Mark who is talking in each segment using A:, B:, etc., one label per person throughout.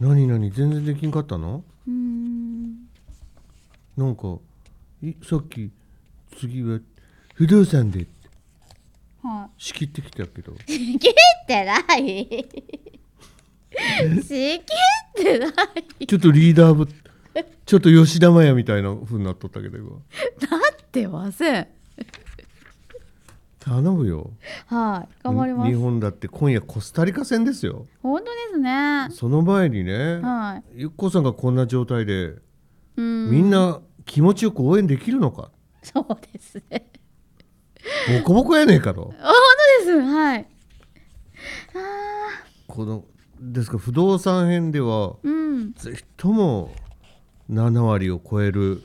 A: 何何全然できんかったの
B: うーん
A: なんかいさっき次は不動産でって
B: は
A: 仕切ってきた けど
B: い仕切ってない仕切ってない
A: ちょっとリーダーぶちょっと吉田麻也みたいな風になっとったけど今
B: なってません
A: 頼むよ
B: はい頑張りま
A: 日
B: す
A: 本だって今夜コスタリカ戦ですよ
B: 本当ですね
A: その前にね、
B: は
A: ゆっこさんがこんな状態で
B: いうん
A: みんな気持ちよく応援できるのか、
B: そうですね
A: ボコボコやねえかと
B: あ本当ですはいあ
A: このですから不動産編では
B: ーうん
A: ぜひとも7割を超える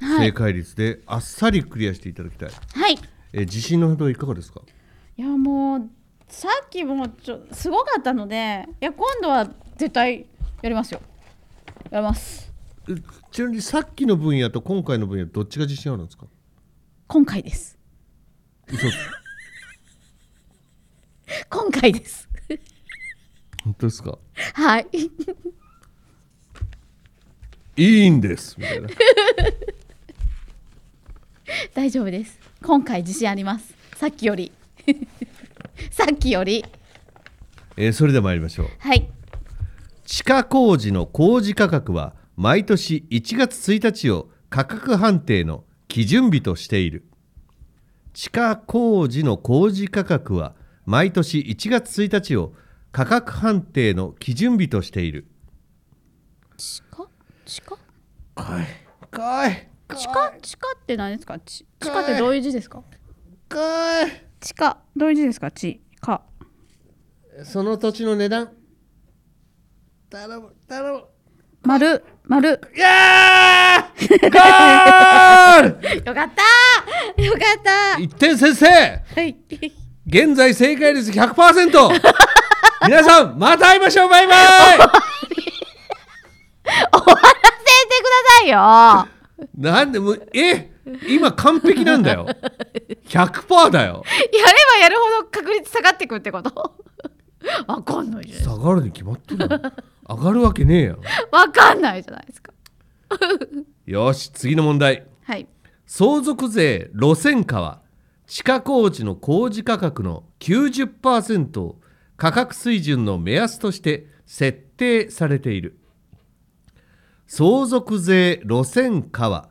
B: は
A: 正
B: い
A: 解率であっさりクリアしていただきたい、
B: はい
A: え自信の程はいかがですか
B: いやもうさっきもちょすごかったのでいや今度は絶対やりますよやります
A: えちなみにさっきの分野と今回の分野どっちが自信あるんですか
B: 今回です
A: 嘘
B: 今回です
A: 本当ですか
B: はい
A: いいんですみたいな
B: 大丈夫です今回自信ありますさっきより さっきより
A: えーそれでは参りましょう
B: はい
A: 地下工事の工事価格は毎年1月1日を価格判定の基準日としている地下工事の工事価格は毎年1月1日を価格判定の基準日としている
B: 地下地下
A: かいかい
B: 地下地下って何ですか地地下ってどういう字ですか
A: かい
B: 地下どういう字ですか地下
A: その土地の値段頼む頼む
B: 丸 丸
A: いやーゴール
B: よかったよかった
A: 一点先生
B: はい
A: 現在正解率100%皆さんまた会いましょうバイバイ
B: 終わら せてくださ
A: なんでもうえ今完璧なんだよ100%だよ
B: いよやればやるほど確率下がってくってこと わかんないじゃな
A: 下
B: い
A: がるに決まってる上がるわけねえや
B: わかんないじゃないですか
A: ろよし次の問題
B: はい
A: 相続税路線価は地下工事の工事価格の90%を価格水準の目安として設定されている相続税路線価は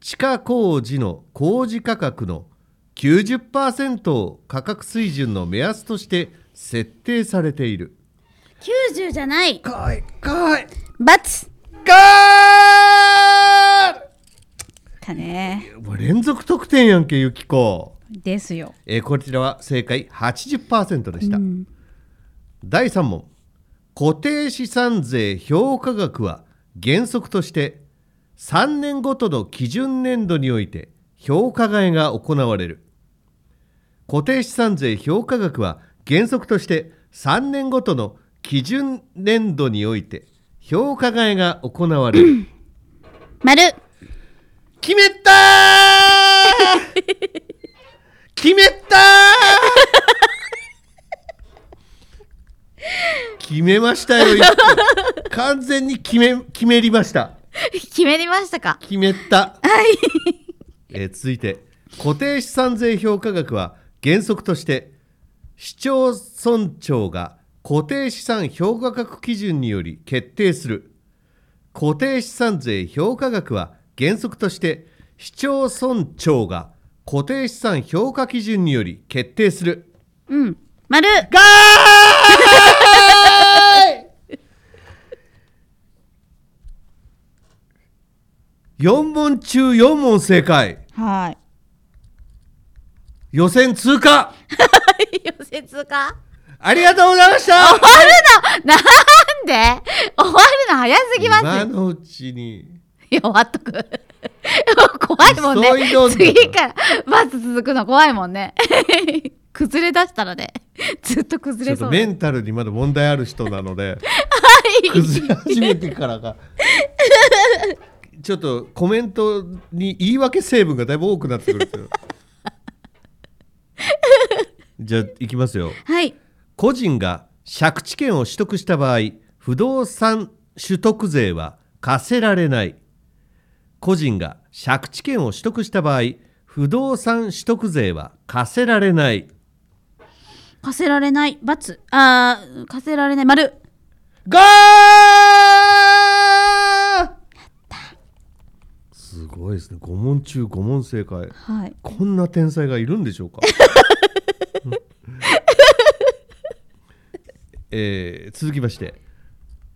A: 地下工事の工事価格の90%を価格水準の目安として設定されている
B: 90じゃない
A: かいかい
B: バツ
A: か
B: かね
A: い連続得点やんけゆきこ
B: ですよ
A: えーこちらは正解80%でした、
B: ん
A: 第3問固定資産税評価額は原則として3年ごとの基準年度において評価替えが行われる固定資産税評価額は原則として3年ごとの基準年度において評価替えが行われる
B: 丸
A: 決めたー決めたー決めましたよ一個完全に決め決めりました
B: 決めりましたか
A: 決めた えー続いて固定資産税評価額は原則として市町村長が固定資産評価額基準により決定する固定資産税評価額は原則として市町村長が固定資産評価基準により決定する
B: うん丸
A: がーい !4 問中4問正解
B: はい
A: 予選通過
B: 予説か
A: ありがとうございました
B: なんで終わるの早すぎますよ
A: 今のうちに
B: いや、終わっとく。 怖いもんね
A: 急いどん。ど
B: 次から、バツ続くの怖いもんね。 崩れ出したらね、ずっと崩
A: ちょ
B: れ
A: っ
B: そ
A: と
B: うだ。
A: メンタルにまだ問題ある人なので 崩れ始めてからがちょっとコメントに言い訳成分がだいぶ多くなってくるんですよじゃあいきますよ
B: はい。
A: 個人が借地権を取得した場合不動産取得税は課せられない個人が借地権を取得した場合不動産取得税は課せられない
B: 課せられない罰あー課せられない丸
A: ゴーすごいですね5問中5問正解
B: はい
A: こんな天才がいるんでしょうか、うんえー続きまして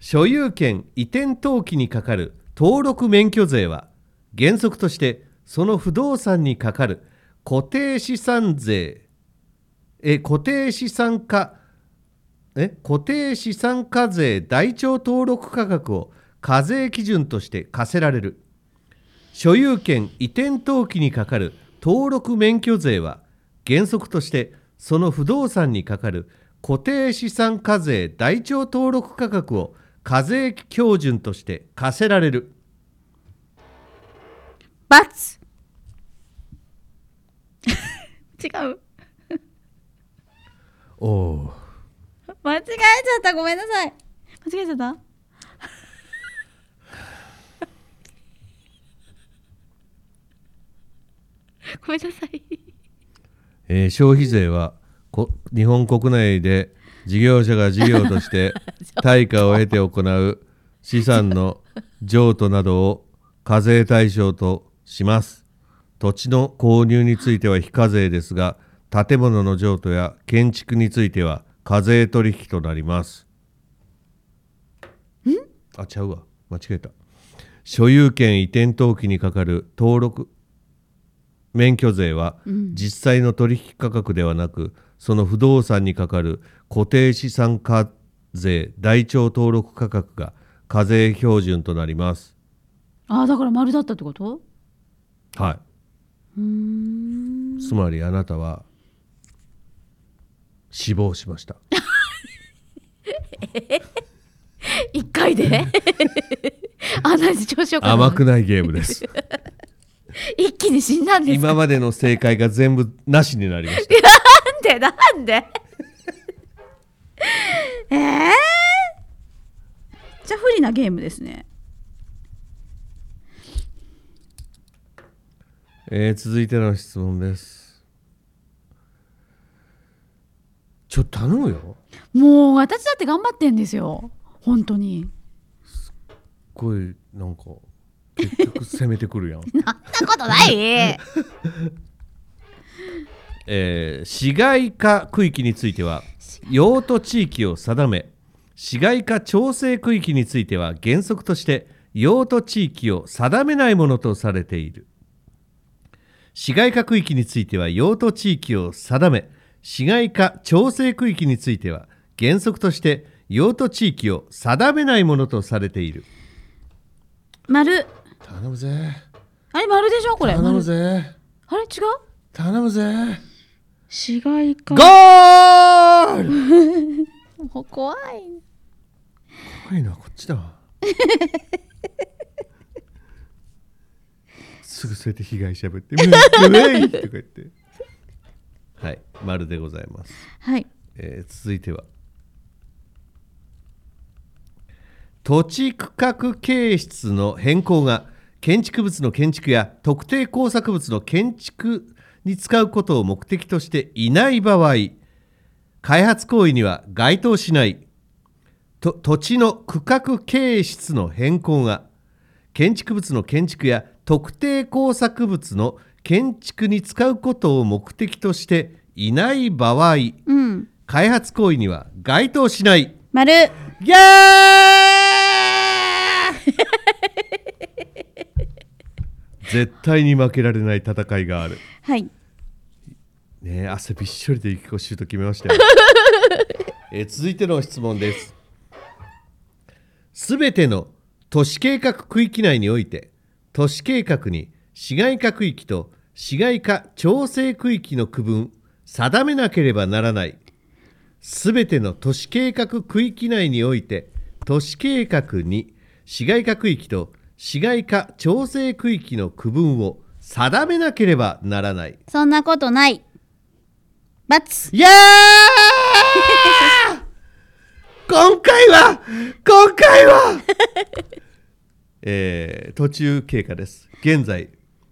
A: 所有権移転登記にかかる登録免許税は原則としてその不動産にかかる固定資産税えー固定資産化え固定資産課税台帳登録価格を課税基準として課せられる所有権移転登記にかかる登録免許税は原則としてその不動産にかかる固定資産課税台帳登録価格を課税標準として課せられる
B: 罰 違う
A: おお
B: 間違えちゃったごめんなさい間違えちゃったごめんなさい
A: えー消費税はこ日本国内で事業者が事業として対価を得て行う資産の譲渡などを課税対象とします土地の購入については非課税ですが建物の譲渡や建築については課税取引となりますあちゃうわ間違えた所有権移転登記にかかる登録免許税は実際の取引価格ではなく、その不動産にかかる固定資産課税台帳登録価格が課税標準となります
B: あーだから丸だったってこと
A: は
B: うーん
A: いつまりあなたは死亡しました
B: 一回であんなに調子よか
A: 甘
B: った
A: くないゲーム です
B: 一気に死んだんですか
A: 今までの正解が全部なしになりました
B: なんでなんでえー、じゃあ不利なゲームですね
A: えー続いての質問ですちょっと頼むよ
B: もう私だって頑張ってんですよ本当に
A: すごいなんか結局攻めてくるやん
B: そんなことない
A: えー市街化区域については用途地域を定め市街化調整区域については原則として用途地域を定めないものとされている市街化区域については用途地域を定め市街化調整区域については原則として用途地域を定めないものとされている
B: 丸
A: 頼むぜ
B: あれ丸でしょこれ
A: 頼む
B: 丸
A: ぜ
B: あれ違う
A: 頼むぜ
B: 市街
A: ゴ
B: 化
A: ール
B: もう怖い
A: 怖いのはこっちだわすぐそうやって被害者ぶって「うえい!」とか言ってはい丸でございます、
B: はい
A: えー続いては土地区画形質の変更が建築物の建築や特定工作物の建築に使うことを目的としていない場合開発行為には該当しないと土地の区画形質の変更が建築物の建築や特定工作物の建築に使うことを目的としていない場合
B: うん
A: 開発行為には該当しない
B: 丸
A: ギャー絶対に負けられない戦いがある
B: はい
A: ねえ汗びっしょりで行き越しシュート決めましたよえー続いての質問ですすべての都市計画区域内において都市計画に市街化区域と市街化調整区域の区分定めなければならないすべての都市計画区域内において都市計画に市街化区域と市街化調整区域の区分を定めなければならない
B: そんなことない罰
A: いやーゴ 今回は今回は えー、途中経過です現在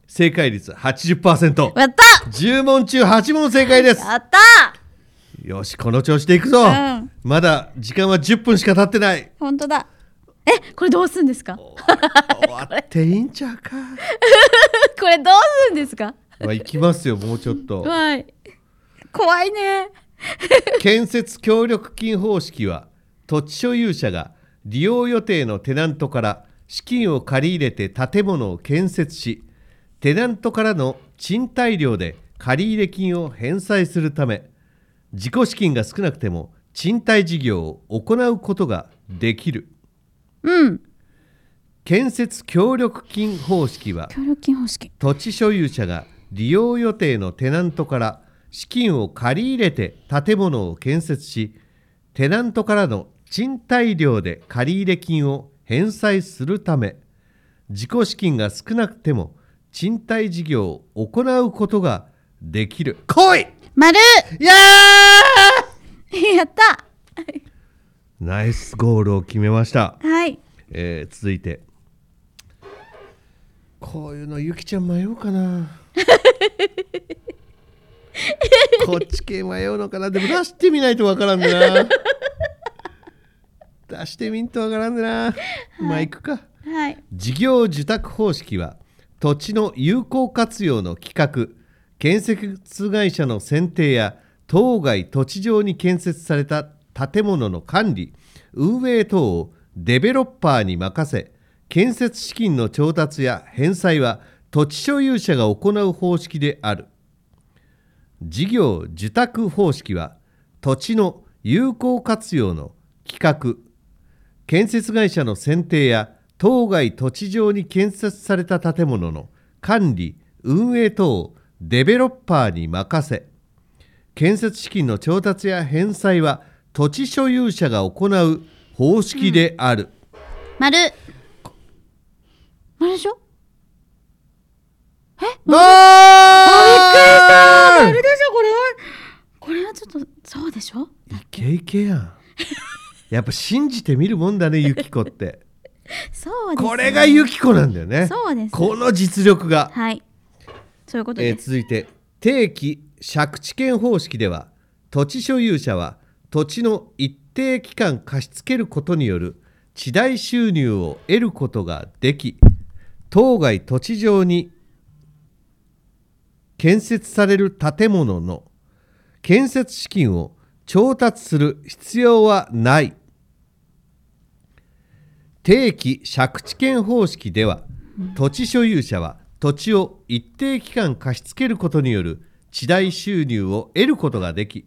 A: 正解率 80%10
B: やった
A: 問中8問正解です
B: やった
A: よしこの調子でいくぞ、
B: うん
A: まだ時間は10分しか経ってない
B: 本当だえこれどうすんですか こ
A: 終わっていいんちゃうか
B: れどうすんですか
A: まあ行きますよもうちょっと
B: はい怖いね
A: 建設協力金方式は土地所有者が利用予定のテナントから資金を借り入れて建物を建設しテナントからの賃貸料で借入金を返済するため自己資金が少なくても賃貸事業を行うことができる
B: うん
A: 建設協力金方式は
B: 協力金方式
A: 土地所有者が利用予定のテナントから資金を借り入れて建物を建設しテナントからの賃貸料で借入金を返済するため自己資金が少なくても賃貸事業を行うことができる来い
B: 丸
A: いや
B: やった
A: ーナイスゴールを決めました、
B: はい
A: えー続いてこういうのゆきちゃん迷うか なこっち系迷うのかなでも出してみないとわからんでな出してみんとわからんでな、まあいくか
B: はい
A: 事業受託方式は土地の有効活用の企画建設会社の選定や当該土地上に建設された建物の管理運営等をデベロッパーに任せ建設資金の調達や返済は土地所有者が行う方式である事業受託方式は土地の有効活用の企画建設会社の選定や当該土地上に建設された建物の管理運営等をデベロッパーに任せ建設資金の調達や返済は土地所有者が行う方式である、
B: 丸丸でしょ
A: どうー
B: 丸でしょこれはこれはちょっとそうでしょ
A: イケイケやんやっぱ信じてみるもんだねゆき子って
B: そうです
A: これがゆき子なんだよね
B: そうです
A: この実力が
B: はいそういうこと
A: え
B: で
A: ー
B: す、
A: 続いて定期借地権方式では土地所有者は土地の一定期間貸し付けることによる地代収入を得ることができ当該土地上に建設される建物の建設資金を調達する必要はない定期借地権方式では土地所有者は土地を一定期間貸し付けることによる地代収入を得ることができ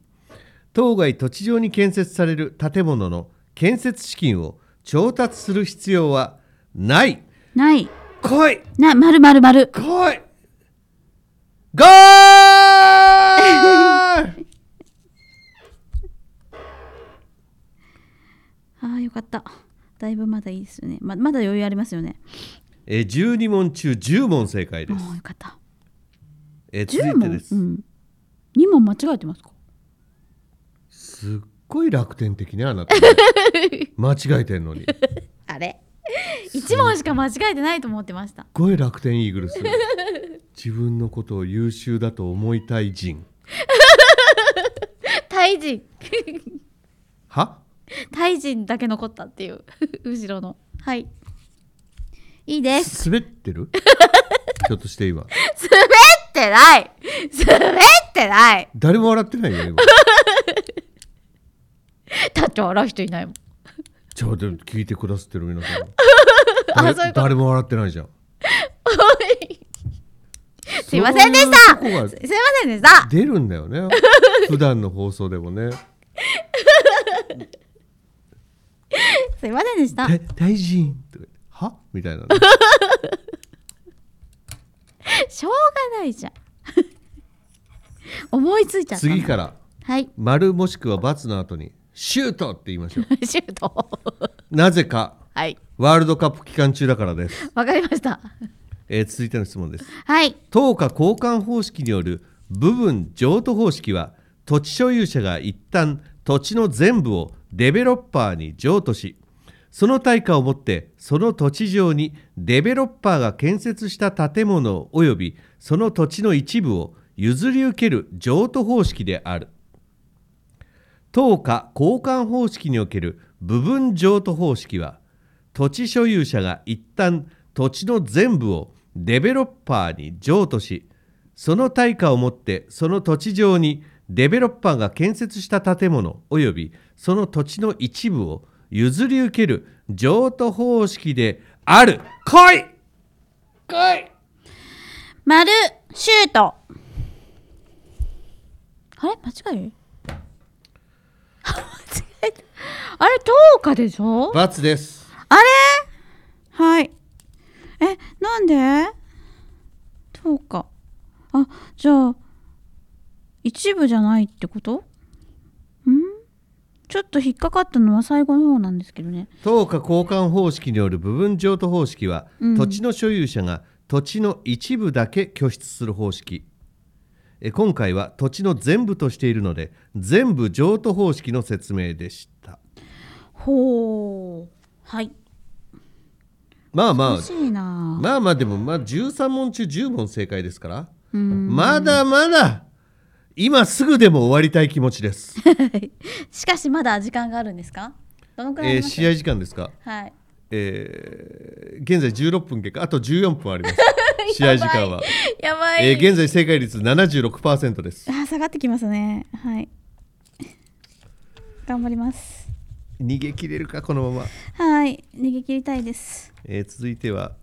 A: 当該土地上に建設される建物の建設資金を調達する必要はない
B: ない
A: 来い
B: な丸丸丸
A: 来いゴール
B: ああよかっただいぶまだいいですよねままだ余裕ありますよね
A: えー12問中10問正解です
B: もうよかった
A: えー
B: 10
A: 続いて
B: 問
A: です、
B: うん、2問間違えてますか
A: すっごい楽天的ねあなた 間違えてんのにすっ
B: あ れ1問しか間違えてないと思ってました
A: ごい楽天イーグ ルス自分のことを優秀だと思いたい人
B: 大人
A: は
B: 大人だけ残ったっていう 後ろのはいいいです
A: 滑ってるちょっとして今
B: 滑ってない滑ってない
A: 誰も笑ってないよ今
B: だって笑う人いないもん
A: じゃあでも聞いてくださってる皆さん
B: あ
A: 誰
B: そういうこと
A: 誰も笑ってないじゃん
B: すいませんでした
A: そういうとこが
B: すいませんでした
A: 出るんだよ ね普段の放送でもね
B: すいませんでした
A: だ大臣とか言ってはみたいな ね、
B: しょうがないじゃん 思いついちゃった
A: 次から
B: はい
A: 丸もしくは×の後にシュートって言いましょう
B: シュート
A: なぜか
B: はい
A: ワールドカップ期間中だからです、
B: わかりました
A: えー続いての質問です
B: はい
A: 等価交換方式による部分譲渡方式は土地所有者が一旦土地の全部をデベロッパーに譲渡しその対価をもってその土地上にデベロッパーが建設した建物及びその土地の一部を譲り受ける譲渡方式である等価交換方式における部分譲渡方式は土地所有者が一旦土地の全部をデベロッパーに譲渡しその対価をもってその土地上にデベロッパーが建設した建物及びその土地の一部を譲り受ける譲渡方式である来い来い
B: 丸シュートあれ間違い 間違えたあれ10日でしょ
A: 罰です
B: あれはい。え、なんでそうか。あ、じゃあ、一部じゃないってことんちょっと引っかかったのは最後の方なんですけどね。
A: 等価交換方式による部分譲渡方式は、
B: うん
A: 土地の所有者が土地の一部だけ拠出する方式え今回は土地の全部としているので全部譲渡方式の説明でした
B: ほう。はい。
A: まあま
B: 欲
A: あ
B: しいな
A: まあまあでもまあ13問中10問正解ですから
B: うん。
A: まだまだ今すぐでも終わりたい気持ち です、
B: しかしまだ時間があるんですかどのくらいあ
A: え
B: り
A: ー
B: ます
A: 試合時間ですか、
B: はい。
A: えー現在16分経過あと14分あります 試合時間は、
B: やばい。
A: えー現在正解率76%です
B: あ、下がってきますね。はい。頑張ります。
A: 逃げ切れるかこのまま、
B: はい。逃げ切りたいです。
A: えー続いては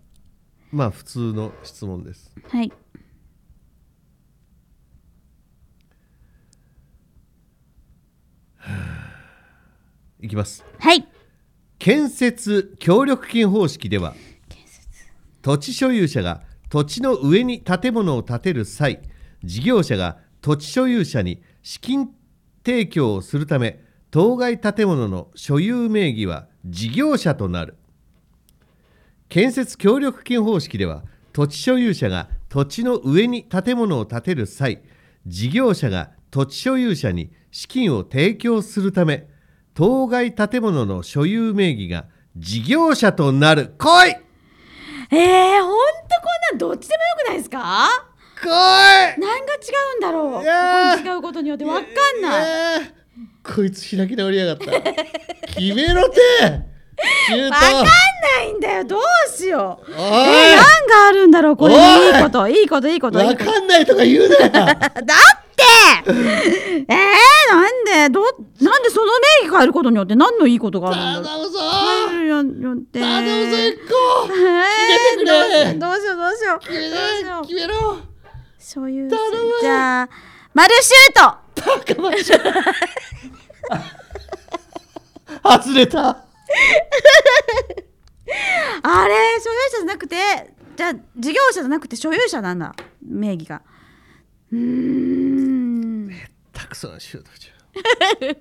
A: まあ普通の質問です
B: はい。
A: いきます
B: はい。
A: 建設協力金方式では土地所有者が土地の上に建物を建てる際事業者が土地所有者に資金提供をするため当該建物の所有名義は事業者となる建設協力金方式では土地所有者が土地の上に建物を建てる際事業者が土地所有者に資金を提供するため当該建物の所有名義が事業者となる来い
B: えー、ほんとこんなんどっちでもよくないですか
A: 来い
B: 何が違うんだろう
A: いやー
B: ここに違うことによってわかんない
A: いやーこいつ開き直りやがった決めろて中
B: わか
A: 途
B: んないんだよどうしようえー、
A: おい
B: 何があるんだろうこれ
A: おい
B: いいこといいこといいことい
A: わ
B: いこと
A: かんないとか言うなよ
B: だってえー、なんでどなんでその名義変えることによって何のいいことがある
A: 頼
B: んだろう
A: むぞ
B: よって
A: 頼むぞ一個
B: えー、
A: 決めてくれ
B: どうしようどうしようどうしよう
A: 決めろ
B: どうし
A: 決
B: よう
A: めろ
B: 所有
A: 頼む
B: じゃあ丸シュート
A: 外れた
B: あれ所有者じゃなくてじゃあ事業者じゃなくて所有者なんだ名義がうーん
A: たくさんシュートじゃん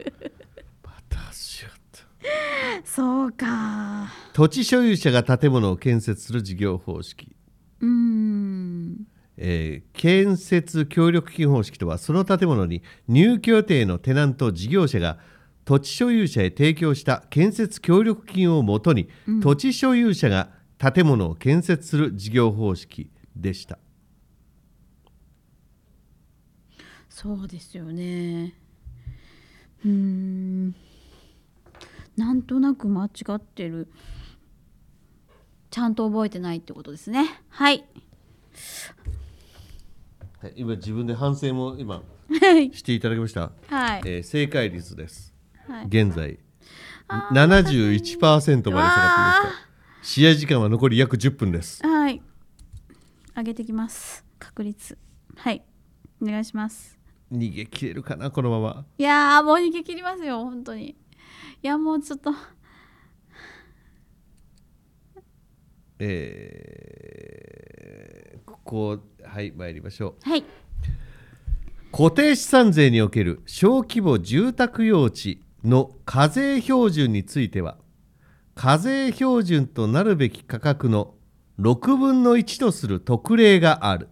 A: またシュート
B: そうか
A: 土地所有者が建物を建設する事業方式、
B: うーん
A: えー建設協力金方式とはその建物に入居予定のテナント事業者が土地所有者へ提供した建設協力金をもとに、土地所有者が建物を建設する事業方式でした
B: そうですよねうーんなんとなく間違ってるちゃんと覚えてないってことですねはい
A: はい今自分で反省も今
B: はい
A: していただきました、
B: はい
A: えー正解率です
B: はい
A: 現在71%まで下がってきました試合時間は残り約10分です
B: はい。上げてきます。確率。はい。お願いします。
A: 逃げ切れるかなこのまま
B: いやー、もう逃げ切りますよ、本当に。いや、もうちょっと。
A: えーここはい参りましょう
B: はい。
A: 固定資産税における小規模住宅用地の課税標準については課税標準となるべき価格の6分の1とする特例がある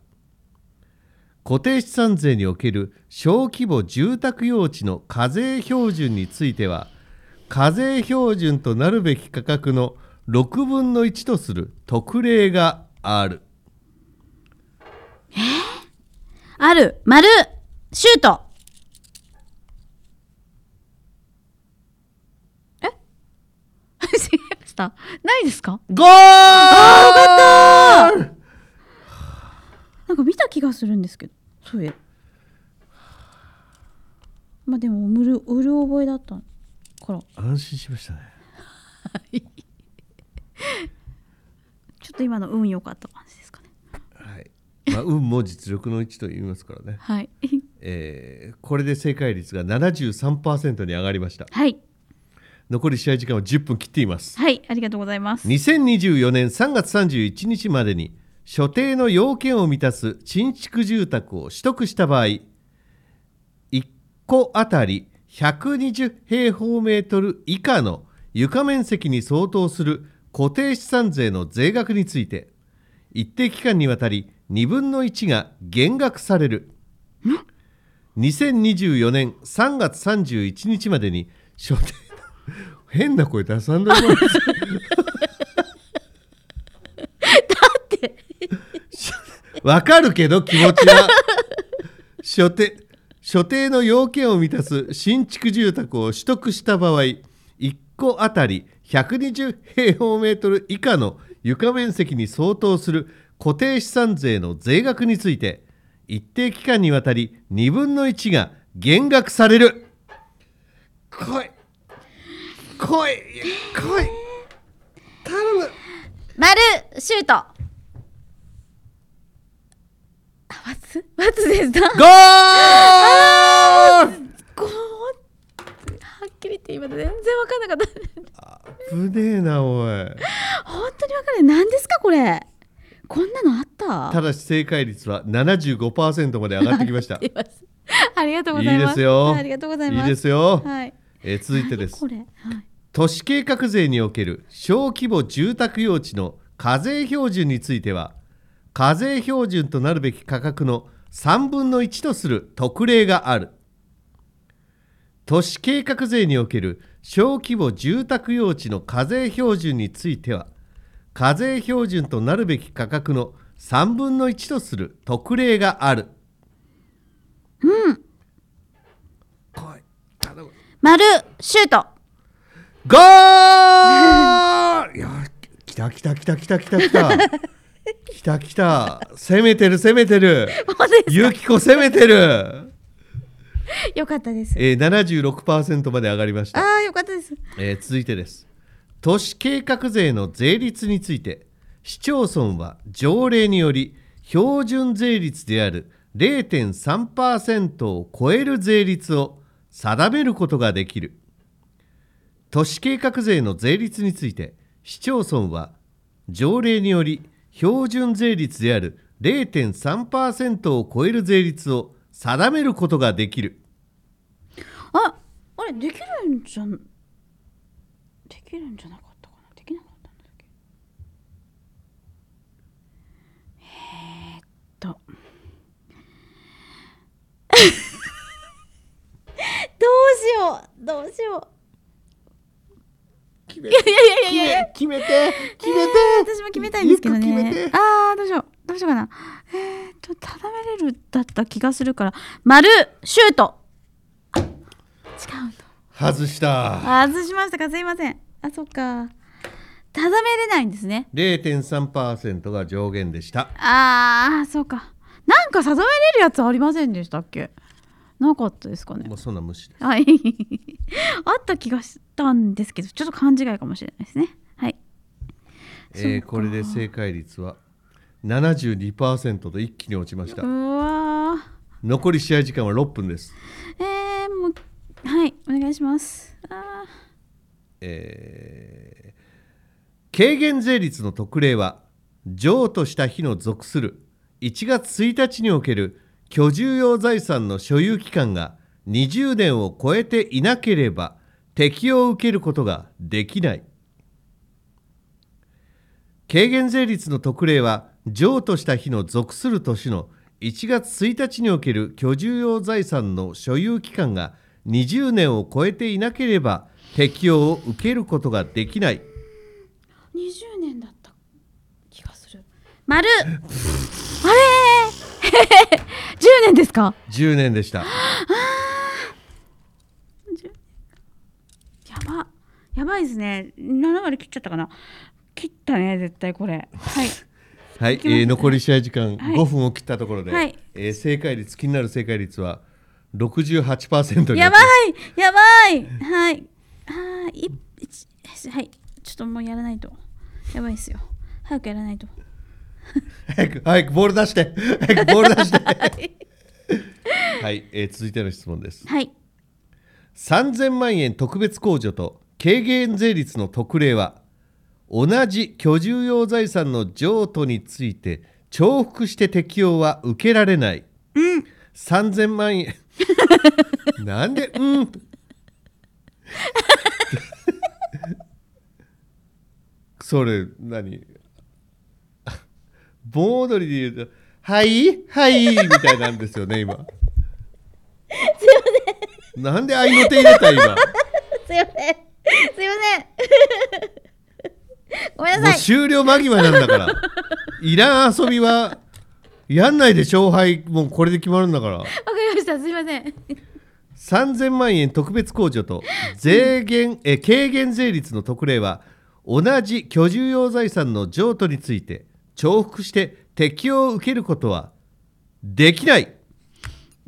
A: 固定資産税における小規模住宅用地の課税標準については課税標準となるべき価格の6分の1とする特例がある
B: ある、丸、シュート。 え違いました。ないですか
A: ゴーあーよかっ
B: なんか見た気がするんですけど、そういえばまあでも、うる、うる覚えだったから、ちょ
A: た安心しましたね
B: っと今の運良かった感じですかね。
A: はい、まあ、運も実力の1と言いますからね、
B: はい。
A: えーこれで正解率が73%に上がりました
B: はい。
A: 残り試合時間は10分切っています
B: はい、ありがとうございます。
A: 2024年3月31日までに所定の要件を満たす新築住宅を取得した場合1戸当たり120平方メートル以下の床面積に相当する固定資産税の税額について一定期間にわたり2分の1が減額される2024年3月31日までに所定の 変な声出さんだもんわかるけど気持ちは所定所定の要件を満たす新築住宅を取得した場合1戸当たり120平方メートル以下の床面積に相当する固定資産税の税額について一定期間にわたり2分の1が減額される来い来い来い頼む
B: 丸、シュート。あ、バツバツでした。
A: ゴール
B: こうはっきり言って今全然分かんなかった
A: 危ねえなおい
B: 本当に分かんない何ですかこれこんなのあった
A: ただし正解率は75%まで上がってきましたい
B: いますありがとうございます
A: いですよ
B: はいありがとうございます
A: いですよ、
B: はい
A: えー続いてで
B: 何
A: す
B: これはい
A: 都市計画税における小規模住宅用地の課税標準については課税標準となるべき価格の3分の1とする特例がある都市計画税における小規模住宅用地の課税標準については課税標準となるべき価格の3分の1とする特例があるうん来い頼む
B: 丸シュート
A: ゴール いや来た来た来た来た来た来 た来た来た攻めてる攻めてる
B: 本当です
A: ゆきこ攻めてる、
B: よかったです
A: えー、76%まで上がりまし
B: あ
A: た、
B: ーよかったです
A: えー続いてです都市計画税の税率について市町村は条例により標準税率である0.3%を超える税率を定めることができる都市計画税の税率について市町村は条例により標準税率である0.3%を超える税率を定めることができる
B: ああれできるんじゃんできるんじゃなかったかなできなかったんだっけえ ー、っとどうしようどうしよ
A: 決め
B: ういやいやいやいや
A: 決めて決めて
B: えー私も決めたいんですけど
A: ゆうこ決めて
B: ねあーどうしようどうしようかなえー、っと定めれるだった気がするから丸シュートあ違うんだ
A: 外した
B: あ外しましたかすいませんあそっかただめれないんですね
A: 0.3%が上限でした
B: あーそうかなんか定めれるやつありませんでしたっけなかったですかね
A: もうそんな無視
B: はい あった気がしたんですけどちょっと勘違いかもしれないですねはい
A: えーこれで正解率は72%と一気に落ちました
B: うわ
A: 残り試合時間は6分です
B: ーえー、もうはいお願いしますあ
A: えー軽減税率の特例は譲渡した日の属する1月1日における居住用財産の所有期間が20年を超えていなければ適用を受けることができない軽減税率の特例は譲渡した日の属する年の1月1日における居住用財産の所有期間が20年を超えていなければ適用を受けることができない
B: 20年だった気がする丸あれー 10年ですか
A: 10年でした
B: やばやばいですね7割切っちゃったかな切ったね絶対これ はい
A: はい、
B: いきます
A: えー残り試合時間
B: はい
A: 5分を切ったところで、
B: はい
A: えー正解率気になる正解率は68%に
B: やば
A: い
B: いやばいはいはいい一はいちょっともうやらないとやばいですよ早くやらないと
A: 早く早くボール出して早くボール出してはい、えー続いての質問です
B: はい
A: 3000万円特別控除と軽減税率の特例は同じ居住用財産の譲渡について重複して適用は受けられない、3000万円なんでうんそれ何盆踊りで言うと「はいはい」みたいなんですよね今なんで合いの手入れた今
B: すいませんすい ませんごめん
A: もう終了間際なんだから いらん遊びはやんないで勝敗もうこれで決まるんだから
B: わかりましたすいません
A: 3000万円特別控除と税減え軽減税率の特例は同じ居住用財産の譲渡について重複して適用を受けることはできない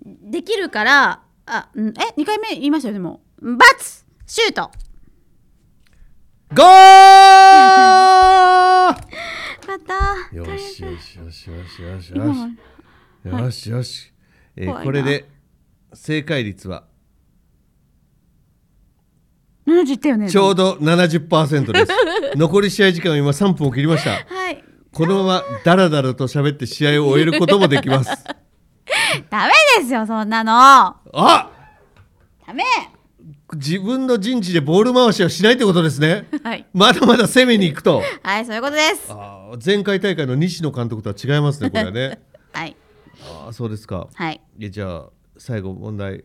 B: できるからあうんえ二回目言いましたよでもバツシュート
A: ゴー
B: やった
A: よしよしよしよしよし
B: 今
A: よしよし
B: は
A: よし、えー
B: 怖いな
A: これで正解率は
B: 70言ったよ ね
A: ちょうど70%です。残り試合時間は今3分を切りました。
B: はい
A: このままダラダラと喋って試合を終えることもできます。
B: ダメですよそんなの
A: あ
B: ダメ
A: 自分の陣地でボール回しをしないってことですね。
B: はい
A: まだまだ攻めに行くと。
B: はいそういうことです
A: あー前回大会の西野監督とは違いますね、これはね。
B: はい
A: あーそうですか。
B: はい
A: えじゃあ、最後問題。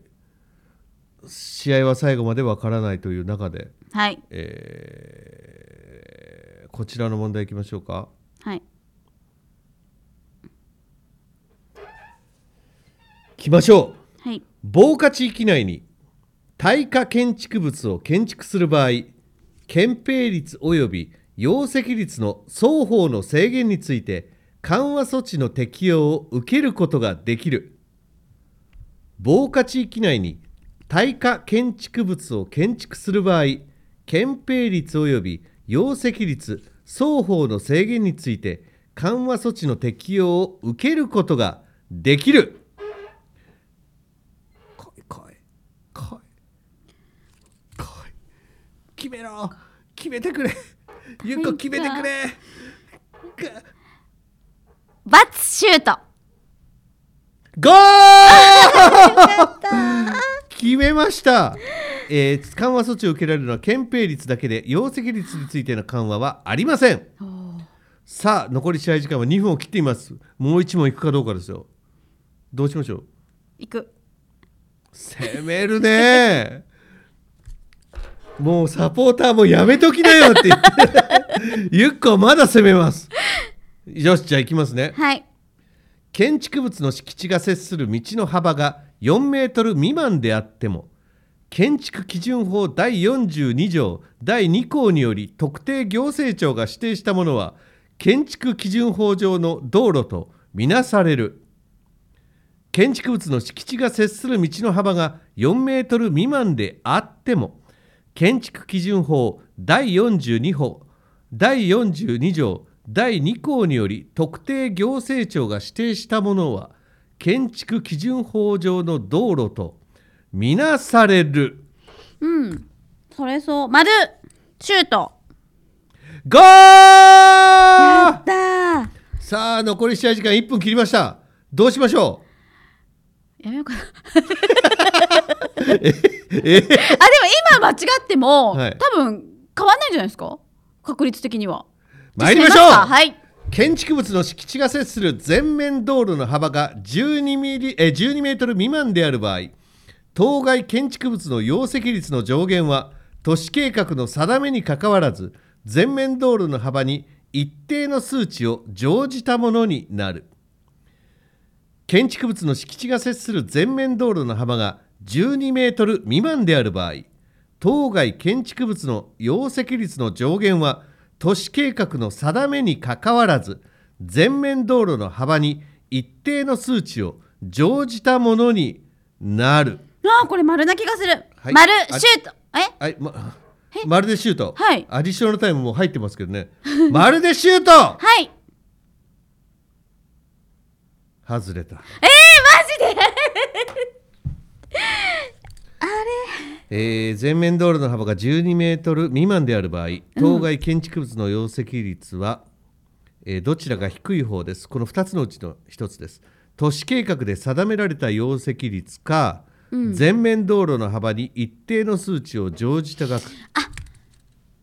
A: 試合は最後までわからないという中で、
B: はい
A: えーこちらの問題いきましょうか。
B: はい
A: いきましょう
B: はい
A: 防火地域内に耐火建築物を建築する場合建蔽率及び容積率の双方の制限について緩和措置の適用を受けることができる防火地域内に耐火建築物を建築する場合建蔽率及び容積率双方の制限について緩和措置の適用を受けることができる来い来い来い来い決めろ決めてくれゆっこ決めてくれく
B: バツシュート
A: ゴー決めました、えー緩和措置を受けられるのは憲兵率だけで容積率についての緩和はありませんさあ残り試合時間は2分を切っていますもう1問いくかどうかですよどうしましょう
B: いく
A: 攻めるね もうサポーターもやめときなよって言ってゆっこまだ攻めますよしじゃあ行きますね
B: はい
A: 建築物の敷地が接する道の幅が4メートル未満であっても建築基準法第42条第2項により特定行政庁が指定したものは建築基準法上の道路とみなされる建築物の敷地が接する道の幅が4メートル未満であっても建築基準法第42法第42条第2項により特定行政庁が指定したものは建築基準法上の道路とみなされる
B: うんそれそう丸シュート
A: ゴー
B: やったー
A: さあ残り試合時間1分切りましたどうしましょう
B: やめようかな
A: えー
B: あでも今間違っても、
A: はい
B: 多分変わんないんじゃないですか確率的には
A: 参りましょう
B: じゃあ締めすかはい
A: 建築物の敷地が接する全面道路の幅が12ミリえー12メートル未満である場合当該建築物の容積率の上限は都市計画の定めにかかわらず全面道路の幅に一定の数値を乗じたものになる建築物の敷地が接する全面道路の幅が12メートル未満である場合当該建築物の容積率の上限は都市計画の定めにかかわらず全面道路の幅に一定の数値を乗じたものになる
B: あーこれ丸な気がする、
A: はい
B: 丸
A: あ
B: シュートえ
A: はい、ま、まるでシュート、
B: はい
A: アディショナルタイムもう入ってますけどねまるでシュート
B: はい
A: 外れた
B: マジで
A: えー全面道路の幅が12メートル未満である場合当該建築物の容積率は、えーどちらが低い方ですこの2つのうちの1つです都市計画で定められた容積率か、全面道路の幅に一定の数値を乗じた額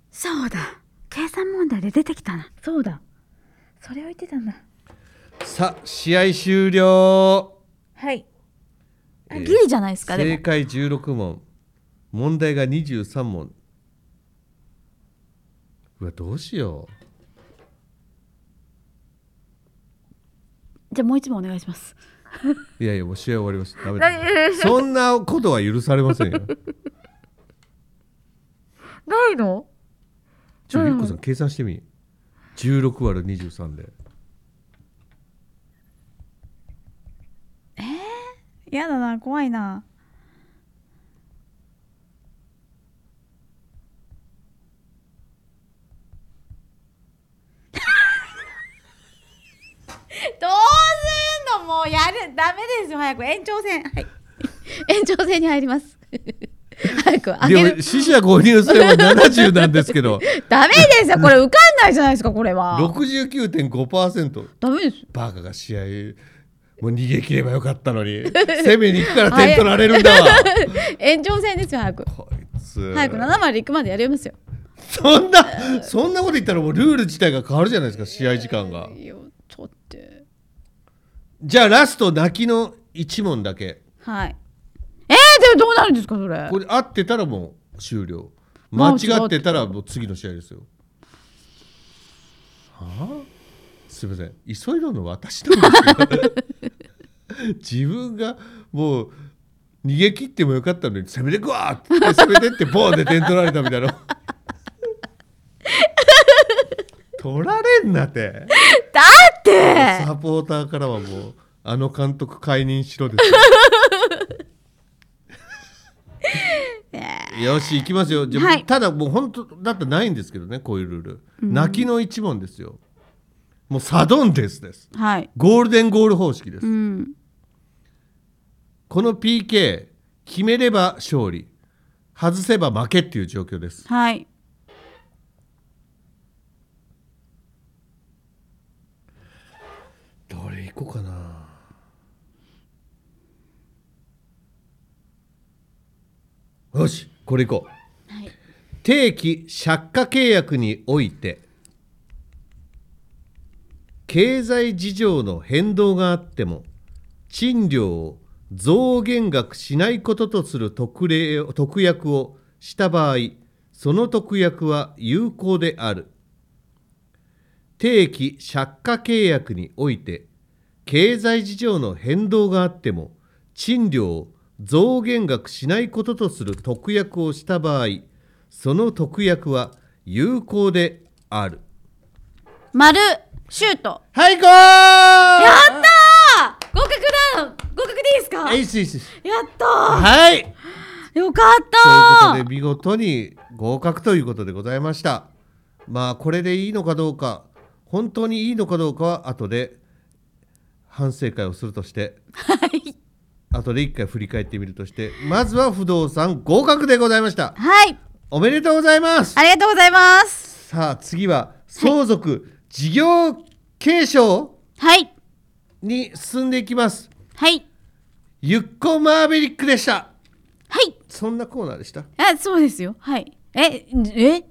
B: そうだ計算問題で出てきたなそうだそれを言ってたんだ
A: さあ試合終了
B: はい、あ
A: えー
B: ギリじゃないですかで
A: 正
B: も
A: 解16問問題が23問うわどうしよう
B: じゃあもう一問お願いします
A: いやいや、もう試合終わりました。ダメ だ。そんなことは許されませんよ。
B: ないの
A: ちょ、
B: うん
A: ゆっこさん、計算してみ。16割る23で。
B: やだな怖いな どうすんのもうやるダメですよ早く延長戦はい 延長戦に入ります 早く上げ
A: で
B: る
A: も、死者購入すれば70なんですけ ど、
B: ダメですよこれ受かんないじゃないですかこれは
A: 69.5%。
B: ダメです
A: バカが試合、もう逃げ切ればよかったの に、攻めに行くから点取られるんだわ。
B: 延長戦ですよ早く
A: こいつ。
B: 早く7割行くまでやりますよ
A: そんな、そんなこと言ったらもうルール自体が変わるじゃないですか、試合時間が。
B: いやちょっと
A: じゃあ、ラスト、泣きの1問だけ。
B: はい。えー、でもどうなるんですかそれ。
A: これ合ってたらもう終了間違ってたらもう次の試合ですよはあすいません急いだの私なん ですけど自分がもう逃げ切ってもよかったのに攻めてくわって言って攻めてってボーンで点取られたみたいな取られんなって
B: だって
A: サポーターからはもうあの監督解任しろです よ。よし行きますよ。じゃあ
B: はい
A: ただもう本当だってないんですけどねこういうルール。泣きの一問ですよ。もうサドンデスです。
B: はい。
A: ゴールデンゴール方式です
B: う。ん。
A: この PK 決めれば勝利、外せば負けっていう状況です。
B: はい。
A: どれ行こうかな。よしこれ行こう。
B: はい。
A: 定期借家契約において経済事情の変動があっても賃料を増減額しないこととする特例を特約をした場合その特約は有効である定期借家契約において経済事情の変動があっても賃料を増減額しないこととする特約をした場合その特約は有効である
B: 丸シュート。
A: はいゴー
B: やったー。合格だ。合格でいいですか。
A: え
B: や
A: いすいすいす
B: ったー。
A: はい
B: よかっ
A: ということ
B: た
A: で
B: ー。
A: 見事に合格ということでございましたまあこれでいいのかどうか本当にいいのかどうかは後で反省会をするとして
B: はい。
A: 後で一回振り返ってみるとしてまずは不動産合格でございました
B: はい。
A: おめでとうございます
B: ありがとうございます。
A: さあ次は相続事業継承
B: はい。
A: に進んでいきます
B: はい。
A: ゆっこマーベリックでした
B: はい。
A: そんなコーナーでした
B: あ、そうですよ。はい。え、え、